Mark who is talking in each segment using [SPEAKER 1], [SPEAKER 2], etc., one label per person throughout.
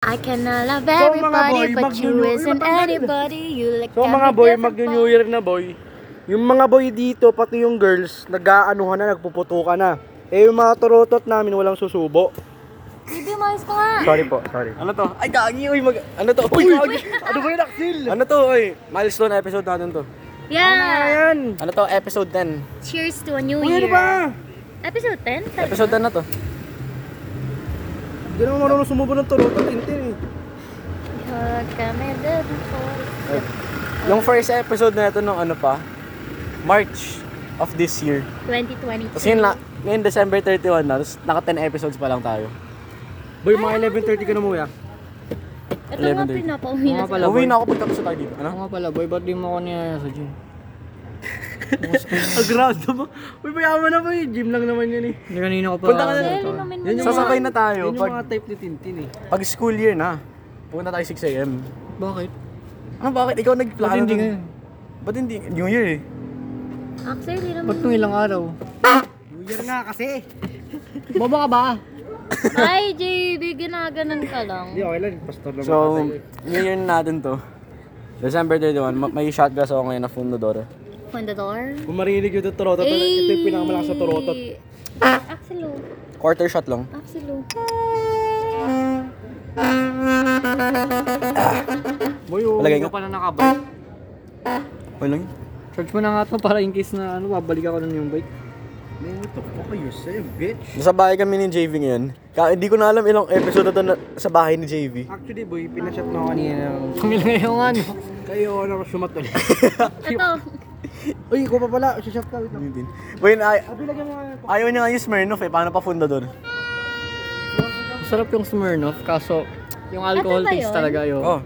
[SPEAKER 1] I cannot love
[SPEAKER 2] mga
[SPEAKER 1] everybody
[SPEAKER 2] boy,
[SPEAKER 1] but you
[SPEAKER 2] mag-New Year
[SPEAKER 1] isn't
[SPEAKER 2] na tayo.
[SPEAKER 1] anybody. You like
[SPEAKER 2] So mga boy, mag-New Year na boy. Yung mga boy dito, pati yung girls, nag-aanuhan na, nagpuputukan na. Eh yung mga turutot namin, walang susubo.
[SPEAKER 1] Hindi, maayos ko nga.
[SPEAKER 2] Sorry po, sorry.
[SPEAKER 3] Ano to? Ay, gagi, uy, mag... Ano to? Uy, gagi!
[SPEAKER 2] Ano ba yun, Axel?
[SPEAKER 3] Ano to, uy? Milestone episode natin to.
[SPEAKER 1] Yeah.
[SPEAKER 2] Ayan!
[SPEAKER 3] Ano to? Episode 10.
[SPEAKER 1] Cheers to a new
[SPEAKER 2] Uy, ano
[SPEAKER 1] year.
[SPEAKER 2] ba?
[SPEAKER 1] Episode 10? Tal-
[SPEAKER 3] Episode 10 na to.
[SPEAKER 2] Hindi naman marunong sumubo ng turutot, intin eh.
[SPEAKER 1] Huwag kami dead before.
[SPEAKER 3] Yung first episode na ito nung ano pa, March of this year.
[SPEAKER 1] 2022.
[SPEAKER 3] Tapos yun na, ngayon December 31 na, tapos naka 10 episodes pa lang tayo.
[SPEAKER 2] Boy, mga 11.30 ka na muya.
[SPEAKER 1] Ito nga
[SPEAKER 3] 11 day.
[SPEAKER 1] pinapauwi na
[SPEAKER 4] Mga
[SPEAKER 1] sa
[SPEAKER 4] pala,
[SPEAKER 3] Uwi
[SPEAKER 4] boy.
[SPEAKER 3] na ako pagtapos na tayo dito, ano?
[SPEAKER 4] Ako nga pala, boy. Ba't di mo ako niyaya sa gym?
[SPEAKER 2] Agrado mo. Uy, mayaman na boy. Gym lang naman yun eh.
[SPEAKER 4] Hindi kanina ko pa.
[SPEAKER 3] Punta ka na
[SPEAKER 1] Pero inumin mo na.
[SPEAKER 3] Sasakay na tayo
[SPEAKER 2] Yun yung mga
[SPEAKER 3] pag,
[SPEAKER 2] type ni Tintin eh.
[SPEAKER 3] pag school year na. Pupunta tayo 6 a.m.
[SPEAKER 4] Bakit?
[SPEAKER 3] Ano bakit? Ikaw nagplano
[SPEAKER 4] Ba't hindi
[SPEAKER 3] nun.
[SPEAKER 4] ngayon?
[SPEAKER 3] Ba't hindi? New Year eh.
[SPEAKER 1] Actually, hindi naman.
[SPEAKER 4] Ba't nung ilang araw?
[SPEAKER 2] New Year nga kasi.
[SPEAKER 4] Bobo ka ba?
[SPEAKER 1] Ay, JB, ginaganan ka lang.
[SPEAKER 2] Hindi, okay lang. Pastor naman.
[SPEAKER 3] So, New Year na natin to. December 31, ma- may shot glass ako ngayon na Fundadora.
[SPEAKER 1] Fundador.
[SPEAKER 2] Kung marinig yung turutot,
[SPEAKER 4] ano,
[SPEAKER 1] Eh.
[SPEAKER 2] ito yung pinakamalakas na turutot.
[SPEAKER 1] Axel, oh.
[SPEAKER 3] Quarter shot lang.
[SPEAKER 1] Axel, oh.
[SPEAKER 2] Boy, oh.
[SPEAKER 3] Palagay
[SPEAKER 4] Hindi
[SPEAKER 3] ka.
[SPEAKER 4] ka pala nakabike.
[SPEAKER 3] Wala lang.
[SPEAKER 4] Charge mo na nga to para in case na ano, babalik ako nun yung bike.
[SPEAKER 2] Man, what the fuck are you saying, bitch?
[SPEAKER 3] Nasa bahay kami ni JV ngayon. Ka- hindi ko na alam ilang episode na to na sa bahay ni JV.
[SPEAKER 2] Actually, boy, pinashot na ako kanina.
[SPEAKER 4] Ang ilang ngayon nga, no?
[SPEAKER 2] Kayo na ako sumatol.
[SPEAKER 1] Ito.
[SPEAKER 2] Uy, ko pa pala. Sishot ka.
[SPEAKER 3] Ano
[SPEAKER 2] Wait lang.
[SPEAKER 3] When ay
[SPEAKER 2] Abi, lagyan mo nga ano? yun.
[SPEAKER 3] ayaw niya nga yung Smirnoff eh. Paano pa Fundador?
[SPEAKER 4] Masarap yung Smirnoff, kaso yung alcohol
[SPEAKER 1] Ano ba
[SPEAKER 4] taste
[SPEAKER 1] yun?
[SPEAKER 4] talaga yun.
[SPEAKER 3] Oh,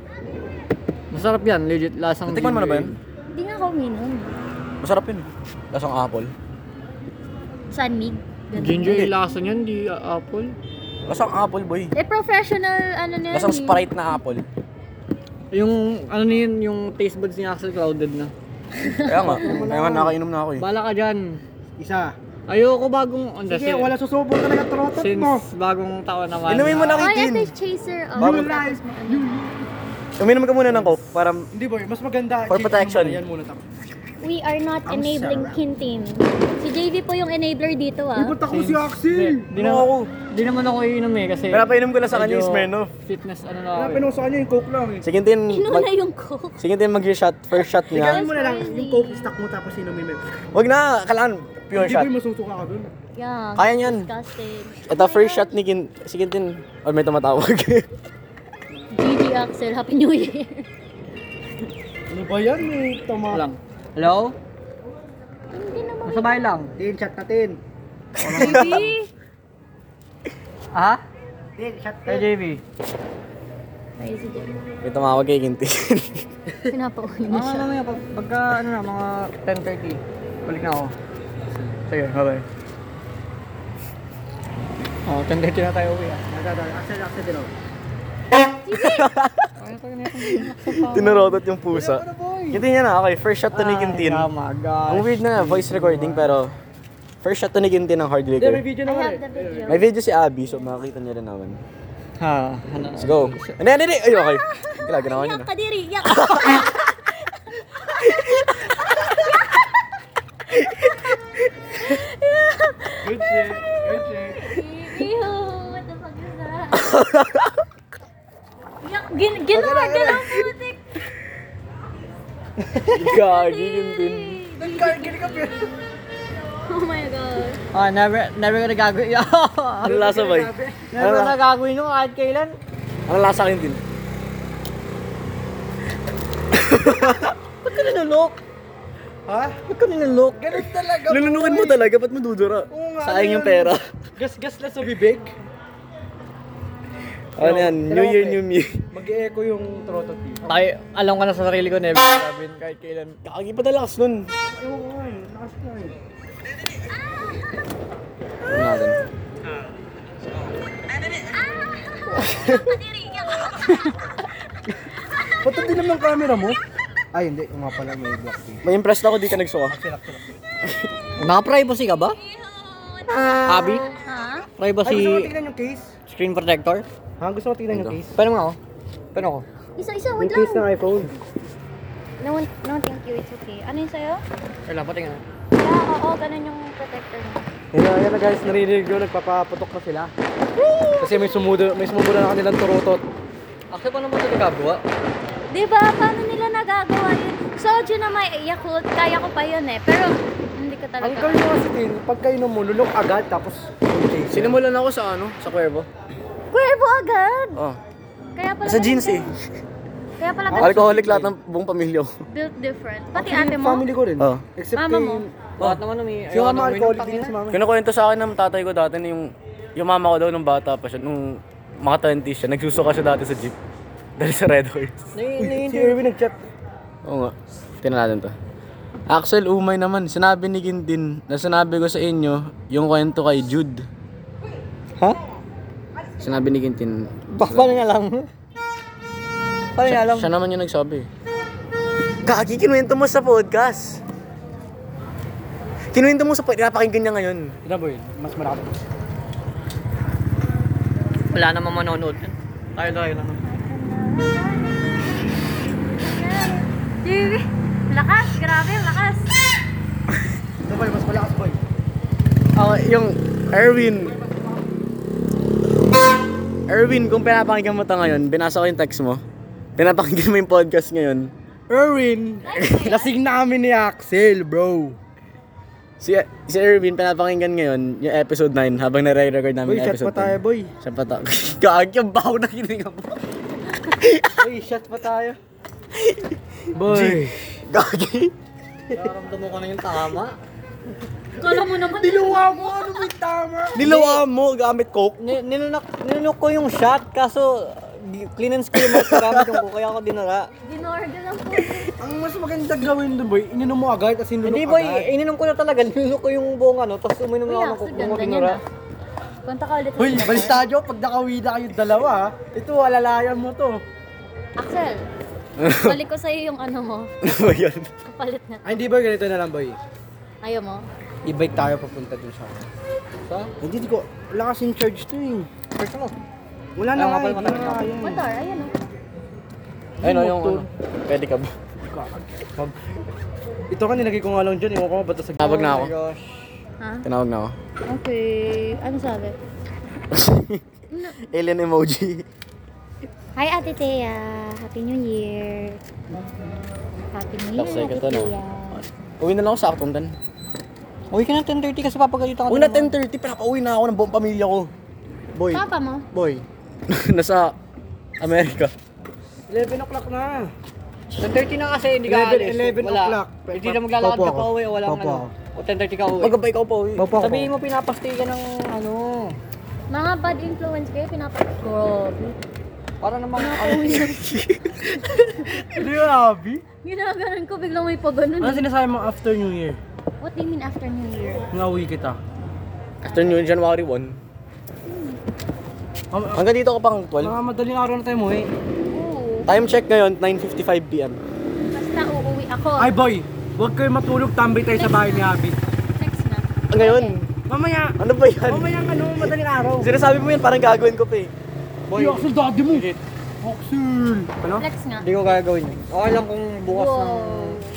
[SPEAKER 4] Masarap yan, legit. Lasang
[SPEAKER 3] natikman mo na ba yun?
[SPEAKER 1] Hindi nga ako uminom.
[SPEAKER 3] Masarap yun. Lasang apple.
[SPEAKER 1] Sanmig. Ganun.
[SPEAKER 4] Ginger yung lasa niyan, di uh, apple.
[SPEAKER 3] Lasang apple boy.
[SPEAKER 1] Eh, professional, ano na yan.
[SPEAKER 3] Lasang
[SPEAKER 1] eh.
[SPEAKER 3] Sprite na apple.
[SPEAKER 4] Yung ano na yun, yung taste buds ni Axel clouded na.
[SPEAKER 3] Kaya nga, kaya nga nakainom na ako eh.
[SPEAKER 4] Bala ka dyan.
[SPEAKER 2] Isa.
[SPEAKER 4] Ayoko bagong... Ang
[SPEAKER 2] Sige,
[SPEAKER 4] dasi-
[SPEAKER 2] wala susubo talaga turutot mo.
[SPEAKER 4] Since bagong taon naman.
[SPEAKER 3] Inumin mo na
[SPEAKER 1] Ay, ito
[SPEAKER 3] kitin.
[SPEAKER 1] yung chaser. Oh,
[SPEAKER 2] Bago-
[SPEAKER 1] tapos mo, ano.
[SPEAKER 3] Uminom ka muna ng coke para
[SPEAKER 2] Hindi, boy. Mas maganda.
[SPEAKER 3] For
[SPEAKER 2] Chicken
[SPEAKER 3] protection.
[SPEAKER 2] muna, Yan muna tapos.
[SPEAKER 1] We are not enabling kintin. Si JV po yung enabler dito ah.
[SPEAKER 2] Uy, ba't ako si Axel?
[SPEAKER 4] Hindi, di,
[SPEAKER 3] Oo,
[SPEAKER 4] naman,
[SPEAKER 3] ako.
[SPEAKER 4] di naman ako iinom eh kasi
[SPEAKER 3] Pinapainom ko na sa kanya yung
[SPEAKER 4] medyo
[SPEAKER 3] Smirnoff.
[SPEAKER 4] Fitness ano na
[SPEAKER 2] Wala,
[SPEAKER 4] ako. eh.
[SPEAKER 2] pinuso ka niya yung coke lang eh.
[SPEAKER 3] Sige din,
[SPEAKER 1] Inuna
[SPEAKER 3] mag-
[SPEAKER 1] yung coke.
[SPEAKER 3] sige din mag-shot, first shot niya.
[SPEAKER 2] Ikaw mo na lang yung coke stack mo tapos inumin mo.
[SPEAKER 3] Wag na, kailangan pure
[SPEAKER 2] Hindi,
[SPEAKER 3] shot.
[SPEAKER 2] boy, masusuka ka dun.
[SPEAKER 1] Yeah.
[SPEAKER 3] Kaya niyan.
[SPEAKER 1] Disgusting.
[SPEAKER 3] Ito first shot ni Kin, si Kintin, oh, may tumatawag.
[SPEAKER 1] GG Axel, Happy New Year.
[SPEAKER 2] Ano ba yan? May tama.
[SPEAKER 4] eh. Lang. Hello?
[SPEAKER 1] Hindi naman.
[SPEAKER 4] Nasa bahay lang.
[SPEAKER 2] Tin, shot natin.
[SPEAKER 1] JV?
[SPEAKER 4] Ha?
[SPEAKER 2] Tin, shot
[SPEAKER 4] Kay JB.
[SPEAKER 1] Ay, si JV.
[SPEAKER 3] may tumawag kay Kintin.
[SPEAKER 1] Pinapauwi na
[SPEAKER 2] Ah,
[SPEAKER 4] Mga
[SPEAKER 1] siya.
[SPEAKER 4] ano mamaya, pag- pagka ano na, mga 10.30. Balik na ako. Sige, bye-bye. Oh, 10.30 na tayo uwi ah.
[SPEAKER 2] Axel, Axel din ako.
[SPEAKER 4] Ay, tayo na yung
[SPEAKER 3] Tinurotot yung pusa. Kintin yan na, okay, first shot to ni Kintin.
[SPEAKER 4] Oh my
[SPEAKER 3] Ang
[SPEAKER 4] gosh.
[SPEAKER 3] weird na voice recording pero first shot to ni Kintin ng hard
[SPEAKER 2] Hindi, may
[SPEAKER 3] liquor.
[SPEAKER 2] video
[SPEAKER 1] I
[SPEAKER 2] naman eh.
[SPEAKER 1] have the video.
[SPEAKER 3] May video si Abby, so makakita niyo rin naman.
[SPEAKER 4] Ha, ano?
[SPEAKER 3] Let's go. Hindi, hindi, hindi. Ay, okay. Kailangan ginawa niyo
[SPEAKER 1] Yak
[SPEAKER 3] na.
[SPEAKER 1] ka diri, yak.
[SPEAKER 2] Good shit. Good shit.
[SPEAKER 1] Ew, what the fuck is that? Yak, gin ginawa, ginawa, putik.
[SPEAKER 3] Gagi, Kintin.
[SPEAKER 1] Oh my god.
[SPEAKER 4] Ah, never, never ko na gagawin.
[SPEAKER 3] Ano lasa boy?
[SPEAKER 4] never ko na gagawin nung kahit kailan.
[SPEAKER 3] Ano lasa Kintin?
[SPEAKER 4] Ba't ka nilulok?
[SPEAKER 2] Ha?
[SPEAKER 4] Ba't ka nilulok?
[SPEAKER 2] Ganun talaga.
[SPEAKER 3] Lulunukin mo talaga, ba't madudura?
[SPEAKER 2] eh. Oo nga,
[SPEAKER 3] Sayang
[SPEAKER 2] ano yun?
[SPEAKER 3] yung pera.
[SPEAKER 2] Gas-gas lang sa bibig.
[SPEAKER 3] Ano yan, New Year, New Me.
[SPEAKER 2] Mag-e-echo yung trotot dito.
[SPEAKER 4] Ay, alam ko na sa sarili ko, never ko gagawin kahit kailan.
[SPEAKER 3] Gagi pa talakas nun.
[SPEAKER 2] Ayoko nga eh. Lakas na eh.
[SPEAKER 3] Ano natin?
[SPEAKER 1] Ah,
[SPEAKER 2] Ba't ang dilim ng camera mo? Ay, hindi. Yung nga pala may black thing.
[SPEAKER 3] May impressed ako, di ka nagsuka.
[SPEAKER 4] Naka-privacy ka ba? Abi?
[SPEAKER 1] Ha?
[SPEAKER 3] Ah.
[SPEAKER 4] Privacy
[SPEAKER 2] tingnan yung case?
[SPEAKER 4] screen protector?
[SPEAKER 2] Ha? Ha, gusto mo tingnan yung
[SPEAKER 3] Ito.
[SPEAKER 2] case?
[SPEAKER 4] Paano nga ako? Paano ako?
[SPEAKER 1] Isa-isa,
[SPEAKER 2] Yung
[SPEAKER 1] wait
[SPEAKER 2] case ng
[SPEAKER 1] lang.
[SPEAKER 2] iPhone.
[SPEAKER 1] No, no, thank you. It's okay. Ano yung sa'yo?
[SPEAKER 4] Wala, patingin na.
[SPEAKER 1] Yeah, oo, ganun yung protector mo.
[SPEAKER 2] Kaya yan na guys, naririnig ko, nagpapaputok na sila. Kasi may sumudo, may sumubo na kanilang turutot.
[SPEAKER 4] Actually, paano mo ito nagagawa?
[SPEAKER 1] Di ba? Diba? Paano nila nagagawa yun? Soju na may Yakult, kaya ko pa yun eh. Pero, hindi ko
[SPEAKER 2] Ang
[SPEAKER 1] talaga.
[SPEAKER 2] curve mo kasi din, pagka inom mo, lulok agad, tapos okay.
[SPEAKER 4] Sinimulan ako sa ano? Sa Cuervo.
[SPEAKER 1] Cuervo agad!
[SPEAKER 3] Oh.
[SPEAKER 1] Kaya pala
[SPEAKER 3] Sa jeans eh.
[SPEAKER 1] ganun- Kaya pala ganun-
[SPEAKER 3] Alcoholic lahat ng buong pamilya ko.
[SPEAKER 1] built different. Pati
[SPEAKER 2] Actually,
[SPEAKER 1] ate mo?
[SPEAKER 2] Family ko rin.
[SPEAKER 3] Oo.
[SPEAKER 2] Except
[SPEAKER 1] Mama
[SPEAKER 2] kay...
[SPEAKER 1] mo?
[SPEAKER 4] Bakit naman umi...
[SPEAKER 2] Si mama,
[SPEAKER 4] Oh. ano,
[SPEAKER 2] alcoholic
[SPEAKER 4] uminom,
[SPEAKER 2] din yan si
[SPEAKER 4] tangina?
[SPEAKER 2] mama.
[SPEAKER 3] Kinukwento sa akin ng tatay ko dati na yung, yung mama ko daw nung bata pa siya, nung mga 20 siya, nagsusuka siya dati sa jeep. Dali sa Red Horse.
[SPEAKER 4] Nai-
[SPEAKER 2] Si
[SPEAKER 4] nai-
[SPEAKER 2] Irwin nag-chat.
[SPEAKER 3] Oo nga. Tingnan natin to. Axel, umay naman. Sinabi ni Gintin na sinabi ko sa inyo yung kwento kay Jude.
[SPEAKER 4] Ha?
[SPEAKER 3] Sinabi ni Gintin.
[SPEAKER 4] Ba- Paano niya alam? Paano niya alam?
[SPEAKER 3] Siya naman yung nagsabi.
[SPEAKER 5] Kagi, kinuwento mo sa podcast. Kinuwento mo sa podcast. Napakinggan niya ngayon.
[SPEAKER 2] Ina boy, mas marami.
[SPEAKER 4] Wala naman manonood. Tayo tayo lang.
[SPEAKER 1] Baby, lakas, grabe, lakas.
[SPEAKER 2] Ito boy, mas malakas boy.
[SPEAKER 5] Ah, yung Erwin.
[SPEAKER 3] Erwin, kung pinapakinggan mo to ngayon, binasa ko yung text mo. Pinapakinggan mo yung podcast ngayon.
[SPEAKER 2] Irwin! Lasing namin ni Axel, bro.
[SPEAKER 3] Si, si Erwin, pinapakinggan ngayon yung episode 9 habang nare-record
[SPEAKER 2] Boy,
[SPEAKER 3] namin yung
[SPEAKER 2] shot
[SPEAKER 3] episode
[SPEAKER 2] pa tayo, boy.
[SPEAKER 3] Shot pa tayo. Kagi, ang baho na kinilig mo.
[SPEAKER 2] Boy, shot pa tayo. Boy.
[SPEAKER 3] Gagi.
[SPEAKER 4] Nararamdaman ko na yung tama.
[SPEAKER 1] Kala mo naman.
[SPEAKER 2] mo, ano may tama?
[SPEAKER 3] Nilawa mo gamit coke.
[SPEAKER 4] Ni- nilunak, nilunok ko yung shot, kaso di- clean and scream out gamit yung kuko, kaya ako dinara.
[SPEAKER 1] Ginorder lang po.
[SPEAKER 2] Ang mas maganda gawin doon, boy, ininom mo agad, as in
[SPEAKER 4] Hindi
[SPEAKER 2] lulok
[SPEAKER 4] ba,
[SPEAKER 2] agad.
[SPEAKER 4] ininom ko na talaga, nilunok ko yung buong ano, tapos uminom
[SPEAKER 1] Uy,
[SPEAKER 4] na ako ng
[SPEAKER 1] Axel,
[SPEAKER 4] kuko ko
[SPEAKER 1] ganda niya
[SPEAKER 4] dinara.
[SPEAKER 1] na. Punta ka ulit.
[SPEAKER 2] Hoy, balistadyo, pag nakawi na kayong dalawa, ah, ito, alalayan mo to.
[SPEAKER 1] Axel, balik ko sa'yo yung ano mo.
[SPEAKER 3] Ano ba yun?
[SPEAKER 1] Kapalit na.
[SPEAKER 2] Ay, hindi ba ganito na lang, boy?
[SPEAKER 1] Ayaw mo?
[SPEAKER 2] I-bike tayo papunta dun sa akin.
[SPEAKER 4] Sa?
[SPEAKER 2] Hindi, di ko, lakas in charge to eh.
[SPEAKER 4] First mo.
[SPEAKER 2] Wala na
[SPEAKER 4] Ayaw
[SPEAKER 2] nga,
[SPEAKER 4] nga pala
[SPEAKER 2] hindi na nga
[SPEAKER 3] Hmm.
[SPEAKER 2] yun.
[SPEAKER 1] Motor, ayan o.
[SPEAKER 3] Ayun o, yung ano. Pwede ka ba?
[SPEAKER 2] Ito ka, nilagay ko nga lang dyan, iwan ko nga ba ito sa...
[SPEAKER 3] Tawag na ako.
[SPEAKER 1] Ha?
[SPEAKER 3] Tinawag na ako.
[SPEAKER 1] Okay. Ano sabi?
[SPEAKER 3] Alien emoji.
[SPEAKER 1] Hi, Ate Thea. Happy New Year. Happy New Year,
[SPEAKER 3] Taksay ka
[SPEAKER 1] Ate
[SPEAKER 3] to, no?
[SPEAKER 1] Thea.
[SPEAKER 3] Uwi na lang ako sa aktong tan.
[SPEAKER 4] Uy, ka na 10.30 kasi papagalita ka
[SPEAKER 3] Una
[SPEAKER 4] naman.
[SPEAKER 3] 10.30, pinapauwi na ako ng buong pamilya ko.
[SPEAKER 2] Boy,
[SPEAKER 1] Papa mo?
[SPEAKER 2] boy.
[SPEAKER 3] Nasa Amerika.
[SPEAKER 2] 11 o'clock na.
[SPEAKER 4] 10.30 na kasi, hindi
[SPEAKER 2] 11
[SPEAKER 4] ka alis.
[SPEAKER 2] 11
[SPEAKER 4] Wala.
[SPEAKER 2] o'clock.
[SPEAKER 4] Hindi na maglalakad
[SPEAKER 2] Papo
[SPEAKER 4] ka
[SPEAKER 2] ako.
[SPEAKER 4] pa uwi o walang
[SPEAKER 2] Papo
[SPEAKER 4] ano.
[SPEAKER 2] ako.
[SPEAKER 4] O 10.30 ka uwi.
[SPEAKER 3] Magkabay ka pa uwi.
[SPEAKER 2] Papa ko.
[SPEAKER 4] Sabihin mo pinapastay ka ng ano.
[SPEAKER 1] Mga bad influence kayo, pinapa... Grabe.
[SPEAKER 4] Para namang ano.
[SPEAKER 2] Grabe.
[SPEAKER 1] Ginaganon ko, biglang may pagano.
[SPEAKER 2] Ano sinasabi mo after New Year?
[SPEAKER 1] What do you mean after New Year?
[SPEAKER 2] Ngawi kita.
[SPEAKER 3] After noon, January 1. Hanggang dito ko pang 12.
[SPEAKER 2] Mga madaling araw na tayo mo eh.
[SPEAKER 1] Oo.
[SPEAKER 3] Time check ngayon, 9.55pm.
[SPEAKER 1] Basta uuwi ako.
[SPEAKER 2] Ay boy, huwag kayo matulog, tambay tayo sa bahay ni Abby.
[SPEAKER 1] Next na.
[SPEAKER 3] Ngayon,
[SPEAKER 2] Mamaya,
[SPEAKER 3] ano ba yan?
[SPEAKER 2] mamaya ang ano, madaling araw.
[SPEAKER 3] Sinasabi mo yan, parang gagawin ko pa eh.
[SPEAKER 2] Boy, Axel, daddy mo. Axel. Ano?
[SPEAKER 1] Flex nga.
[SPEAKER 4] Hindi ko gagawin yun. Okay lang kung bukas
[SPEAKER 1] Wow.
[SPEAKER 4] ng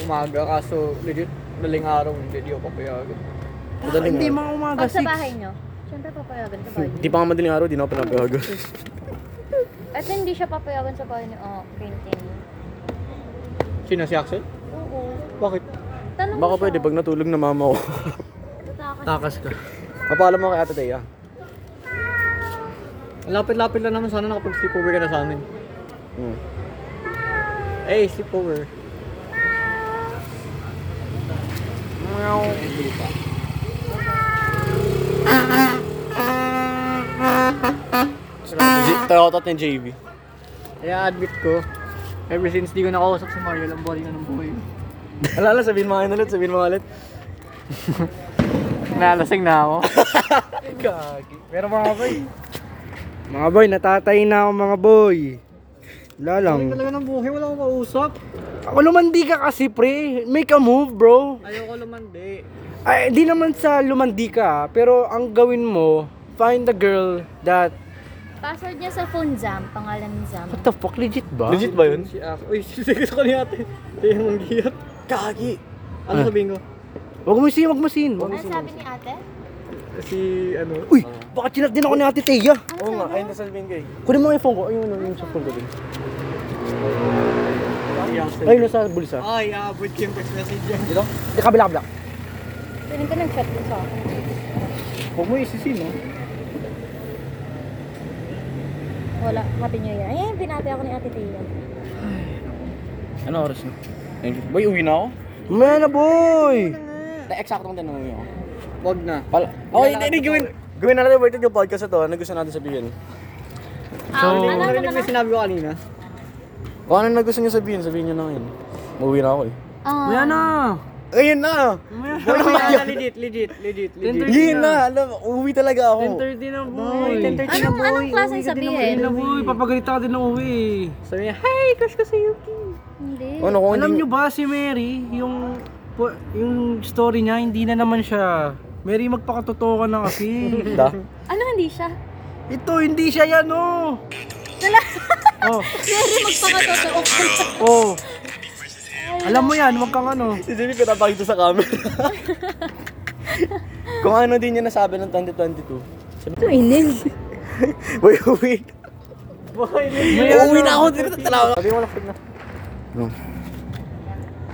[SPEAKER 4] umaga, kaso legit, daling araw, hindi di ako papayagan.
[SPEAKER 3] Madaling
[SPEAKER 2] Hindi,
[SPEAKER 3] araw.
[SPEAKER 2] mga umaga,
[SPEAKER 1] Pag sa
[SPEAKER 2] 6.
[SPEAKER 1] bahay nyo, syempre papayagan sa bahay
[SPEAKER 3] Di
[SPEAKER 1] nyo.
[SPEAKER 3] pa nga madaling araw, di na ako pinapayago.
[SPEAKER 1] Ito hindi siya papayagan sa bahay ni oh, painting.
[SPEAKER 4] Sino si Axel?
[SPEAKER 1] Oo.
[SPEAKER 4] Bakit?
[SPEAKER 1] Tanong
[SPEAKER 3] Baka pwede pag natulog na mama ko.
[SPEAKER 2] Takas ka.
[SPEAKER 3] Papaalam mo kay Ate Thea.
[SPEAKER 4] Ang Lapit-lapit lang naman sana nakapag sleepover ka na sa amin.
[SPEAKER 3] Hmm.
[SPEAKER 4] Eh, sleepover.
[SPEAKER 3] J- Toyota at ni JV.
[SPEAKER 4] Kaya admit ko, ever since di ko nakausap si Mario, ang boring na ng buhay.
[SPEAKER 3] Ala, ala, sabihin mo nga yun ulit, sabihin mo nga ulit.
[SPEAKER 4] Nalasing na ako.
[SPEAKER 2] Pero mga boy. Mga boy, natatay na ako mga boy. Wala lang.
[SPEAKER 4] Boring talaga ng buhay, wala akong kausap.
[SPEAKER 2] Ako lumandi ka kasi pre. Make a move bro.
[SPEAKER 4] Ayoko lumandi.
[SPEAKER 2] Ay, di naman sa lumandi ka, pero ang gawin mo, find a girl that
[SPEAKER 1] Password niya sa phone Zam, pangalan Zam.
[SPEAKER 5] What the fuck? Legit ba? Legit ba yun?
[SPEAKER 2] Si Ako. Uy, sisigil ko ni ate. Eh, manggiyat.
[SPEAKER 5] Kagi!
[SPEAKER 2] Ano sabihin ko?
[SPEAKER 5] Huwag mo sin, huwag mo sin.
[SPEAKER 1] Ano sabi ni ate?
[SPEAKER 2] Si, ano?
[SPEAKER 5] Uy! Baka chinat din ako ni Ate Teya.
[SPEAKER 1] Ano sabi?
[SPEAKER 4] Ayun na sabihin ko eh.
[SPEAKER 5] Kunin mo nga yung phone ko. Ayun, ano, yung sa phone ko din. Ayun, nasa bulsa.
[SPEAKER 4] Ay, aabot ko yung text message yan.
[SPEAKER 5] Dito? Di, kabila, kabila.
[SPEAKER 1] Piling ko nag-chat din sa akin.
[SPEAKER 2] Huwag mo isisin, no?
[SPEAKER 1] Wala, happy new year. Ayun, binati ako ni ate Tia.
[SPEAKER 3] Ano oras na? Boy, uwi na ako?
[SPEAKER 5] Mamaya na, boy!
[SPEAKER 3] Eksaktong tinanong ako.
[SPEAKER 2] Huwag na.
[SPEAKER 3] Pala. Okay, hindi, hindi, gawin. Gawin na natin birthday yung podcast na to. Ano gusto natin sabihin?
[SPEAKER 1] So, ano ano
[SPEAKER 4] Narinig mo
[SPEAKER 1] naman?
[SPEAKER 4] yung sinabi ko kanina?
[SPEAKER 3] Kung ano na gusto niyo sabihin, sabihin niyo na ngayon. Uuwi na ako eh.
[SPEAKER 1] Ah,
[SPEAKER 3] Ayun na!
[SPEAKER 4] Wala, legit, legit, legit, legit.
[SPEAKER 3] Yun na! Oh. Alam, uuwi talaga ako.
[SPEAKER 4] 10.30 na boy. 10.30 na
[SPEAKER 1] anong,
[SPEAKER 4] boy.
[SPEAKER 1] anong klaseng sabihin?
[SPEAKER 2] Uy, papagalita ka din ng uwi.
[SPEAKER 4] Sabi niya, hey, crush ko sa Yuki.
[SPEAKER 1] Hindi.
[SPEAKER 3] Ano kung
[SPEAKER 2] Alam
[SPEAKER 3] hindi...
[SPEAKER 2] nyo ba si Mary, yung po- yung story niya, hindi na naman siya. Mary, magpakatotoo ka na kasi.
[SPEAKER 3] Da?
[SPEAKER 1] Ano hindi siya?
[SPEAKER 2] Ito, hindi siya yan, oh! oh,
[SPEAKER 1] Pero magpakatotoo ka.
[SPEAKER 2] oh. Alam mo yan, huwag kang ano.
[SPEAKER 3] Isipin ko napakita sa camera. kung ano din niya nasabi ng 2022.
[SPEAKER 1] Inig.
[SPEAKER 3] Boy, uwi.
[SPEAKER 2] May
[SPEAKER 3] Uuwi na ako. Tinatalawa. Sabi mo, lakad na.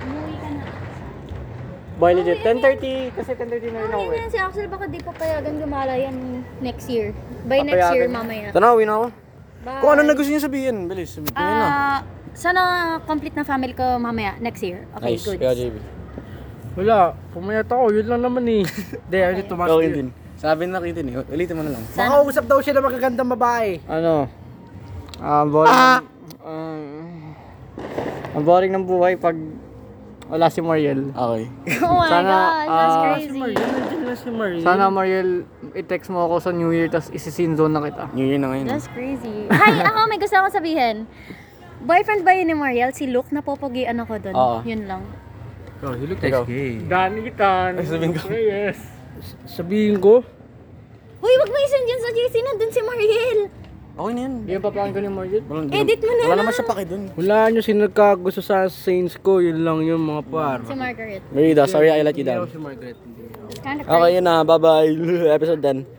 [SPEAKER 1] Umuwi ka na.
[SPEAKER 4] Boy, legit. 10.30. Kasi 10.30 na rin ako
[SPEAKER 1] Ano
[SPEAKER 4] eh.
[SPEAKER 1] yan si Axel, baka di papayagan gumala yan next year. By next year, mamaya.
[SPEAKER 3] Tanaw, uwi na ako.
[SPEAKER 1] Bye.
[SPEAKER 3] Kung ano na gusto niyo sabihin, bilis. Sabihin niyo na.
[SPEAKER 1] Ah, sana complete na family ko mamaya, next year. Okay,
[SPEAKER 3] Nice.
[SPEAKER 1] good.
[SPEAKER 3] Kaya, JB.
[SPEAKER 2] Wala, pumayat ako, yun lang naman eh. Hindi, ano tumas
[SPEAKER 3] Ikaw din. Sabi na kitin eh. Ulitin mo na lang.
[SPEAKER 2] Makausap daw siya ng magagandang babae.
[SPEAKER 4] Ano? Ah, boring. Ah. ang boring ng buhay pag wala si Mariel.
[SPEAKER 3] Okay.
[SPEAKER 1] Oh my
[SPEAKER 4] Sana,
[SPEAKER 1] gosh, that's
[SPEAKER 4] ah,
[SPEAKER 1] crazy.
[SPEAKER 2] si Mary.
[SPEAKER 4] Sana Mariel, i-text mo ako sa New Year tas isisin zone na kita.
[SPEAKER 3] New Year na ngayon.
[SPEAKER 1] That's crazy. Hi, ako may gusto akong sabihin. Boyfriend ba yun ni Mariel? Si Luke, napopogian ako dun.
[SPEAKER 3] Oo.
[SPEAKER 1] Yun lang.
[SPEAKER 2] Oh,
[SPEAKER 3] Ikaw.
[SPEAKER 4] Dani kita.
[SPEAKER 3] Sabihin ko.
[SPEAKER 4] Yes.
[SPEAKER 2] Sabihin ko,
[SPEAKER 1] Uy, wag mo isend yun sa JC, nandun si Mariel.
[SPEAKER 3] Okay na yun.
[SPEAKER 4] Yung papakan ko ni Mariel.
[SPEAKER 3] Walang-
[SPEAKER 1] Edit mo Eh, na
[SPEAKER 3] Wala
[SPEAKER 1] lang.
[SPEAKER 3] naman siya paki dun.
[SPEAKER 2] wala nyo sinagkagusto sa Saints ko, yun lang yun mga par.
[SPEAKER 1] Si Margaret.
[SPEAKER 3] Merida, sorry I let you down.
[SPEAKER 2] Si Margaret, hindi.
[SPEAKER 3] Ah,
[SPEAKER 1] It's kind of
[SPEAKER 3] Okay, yun na. Bye-bye. Episode 10.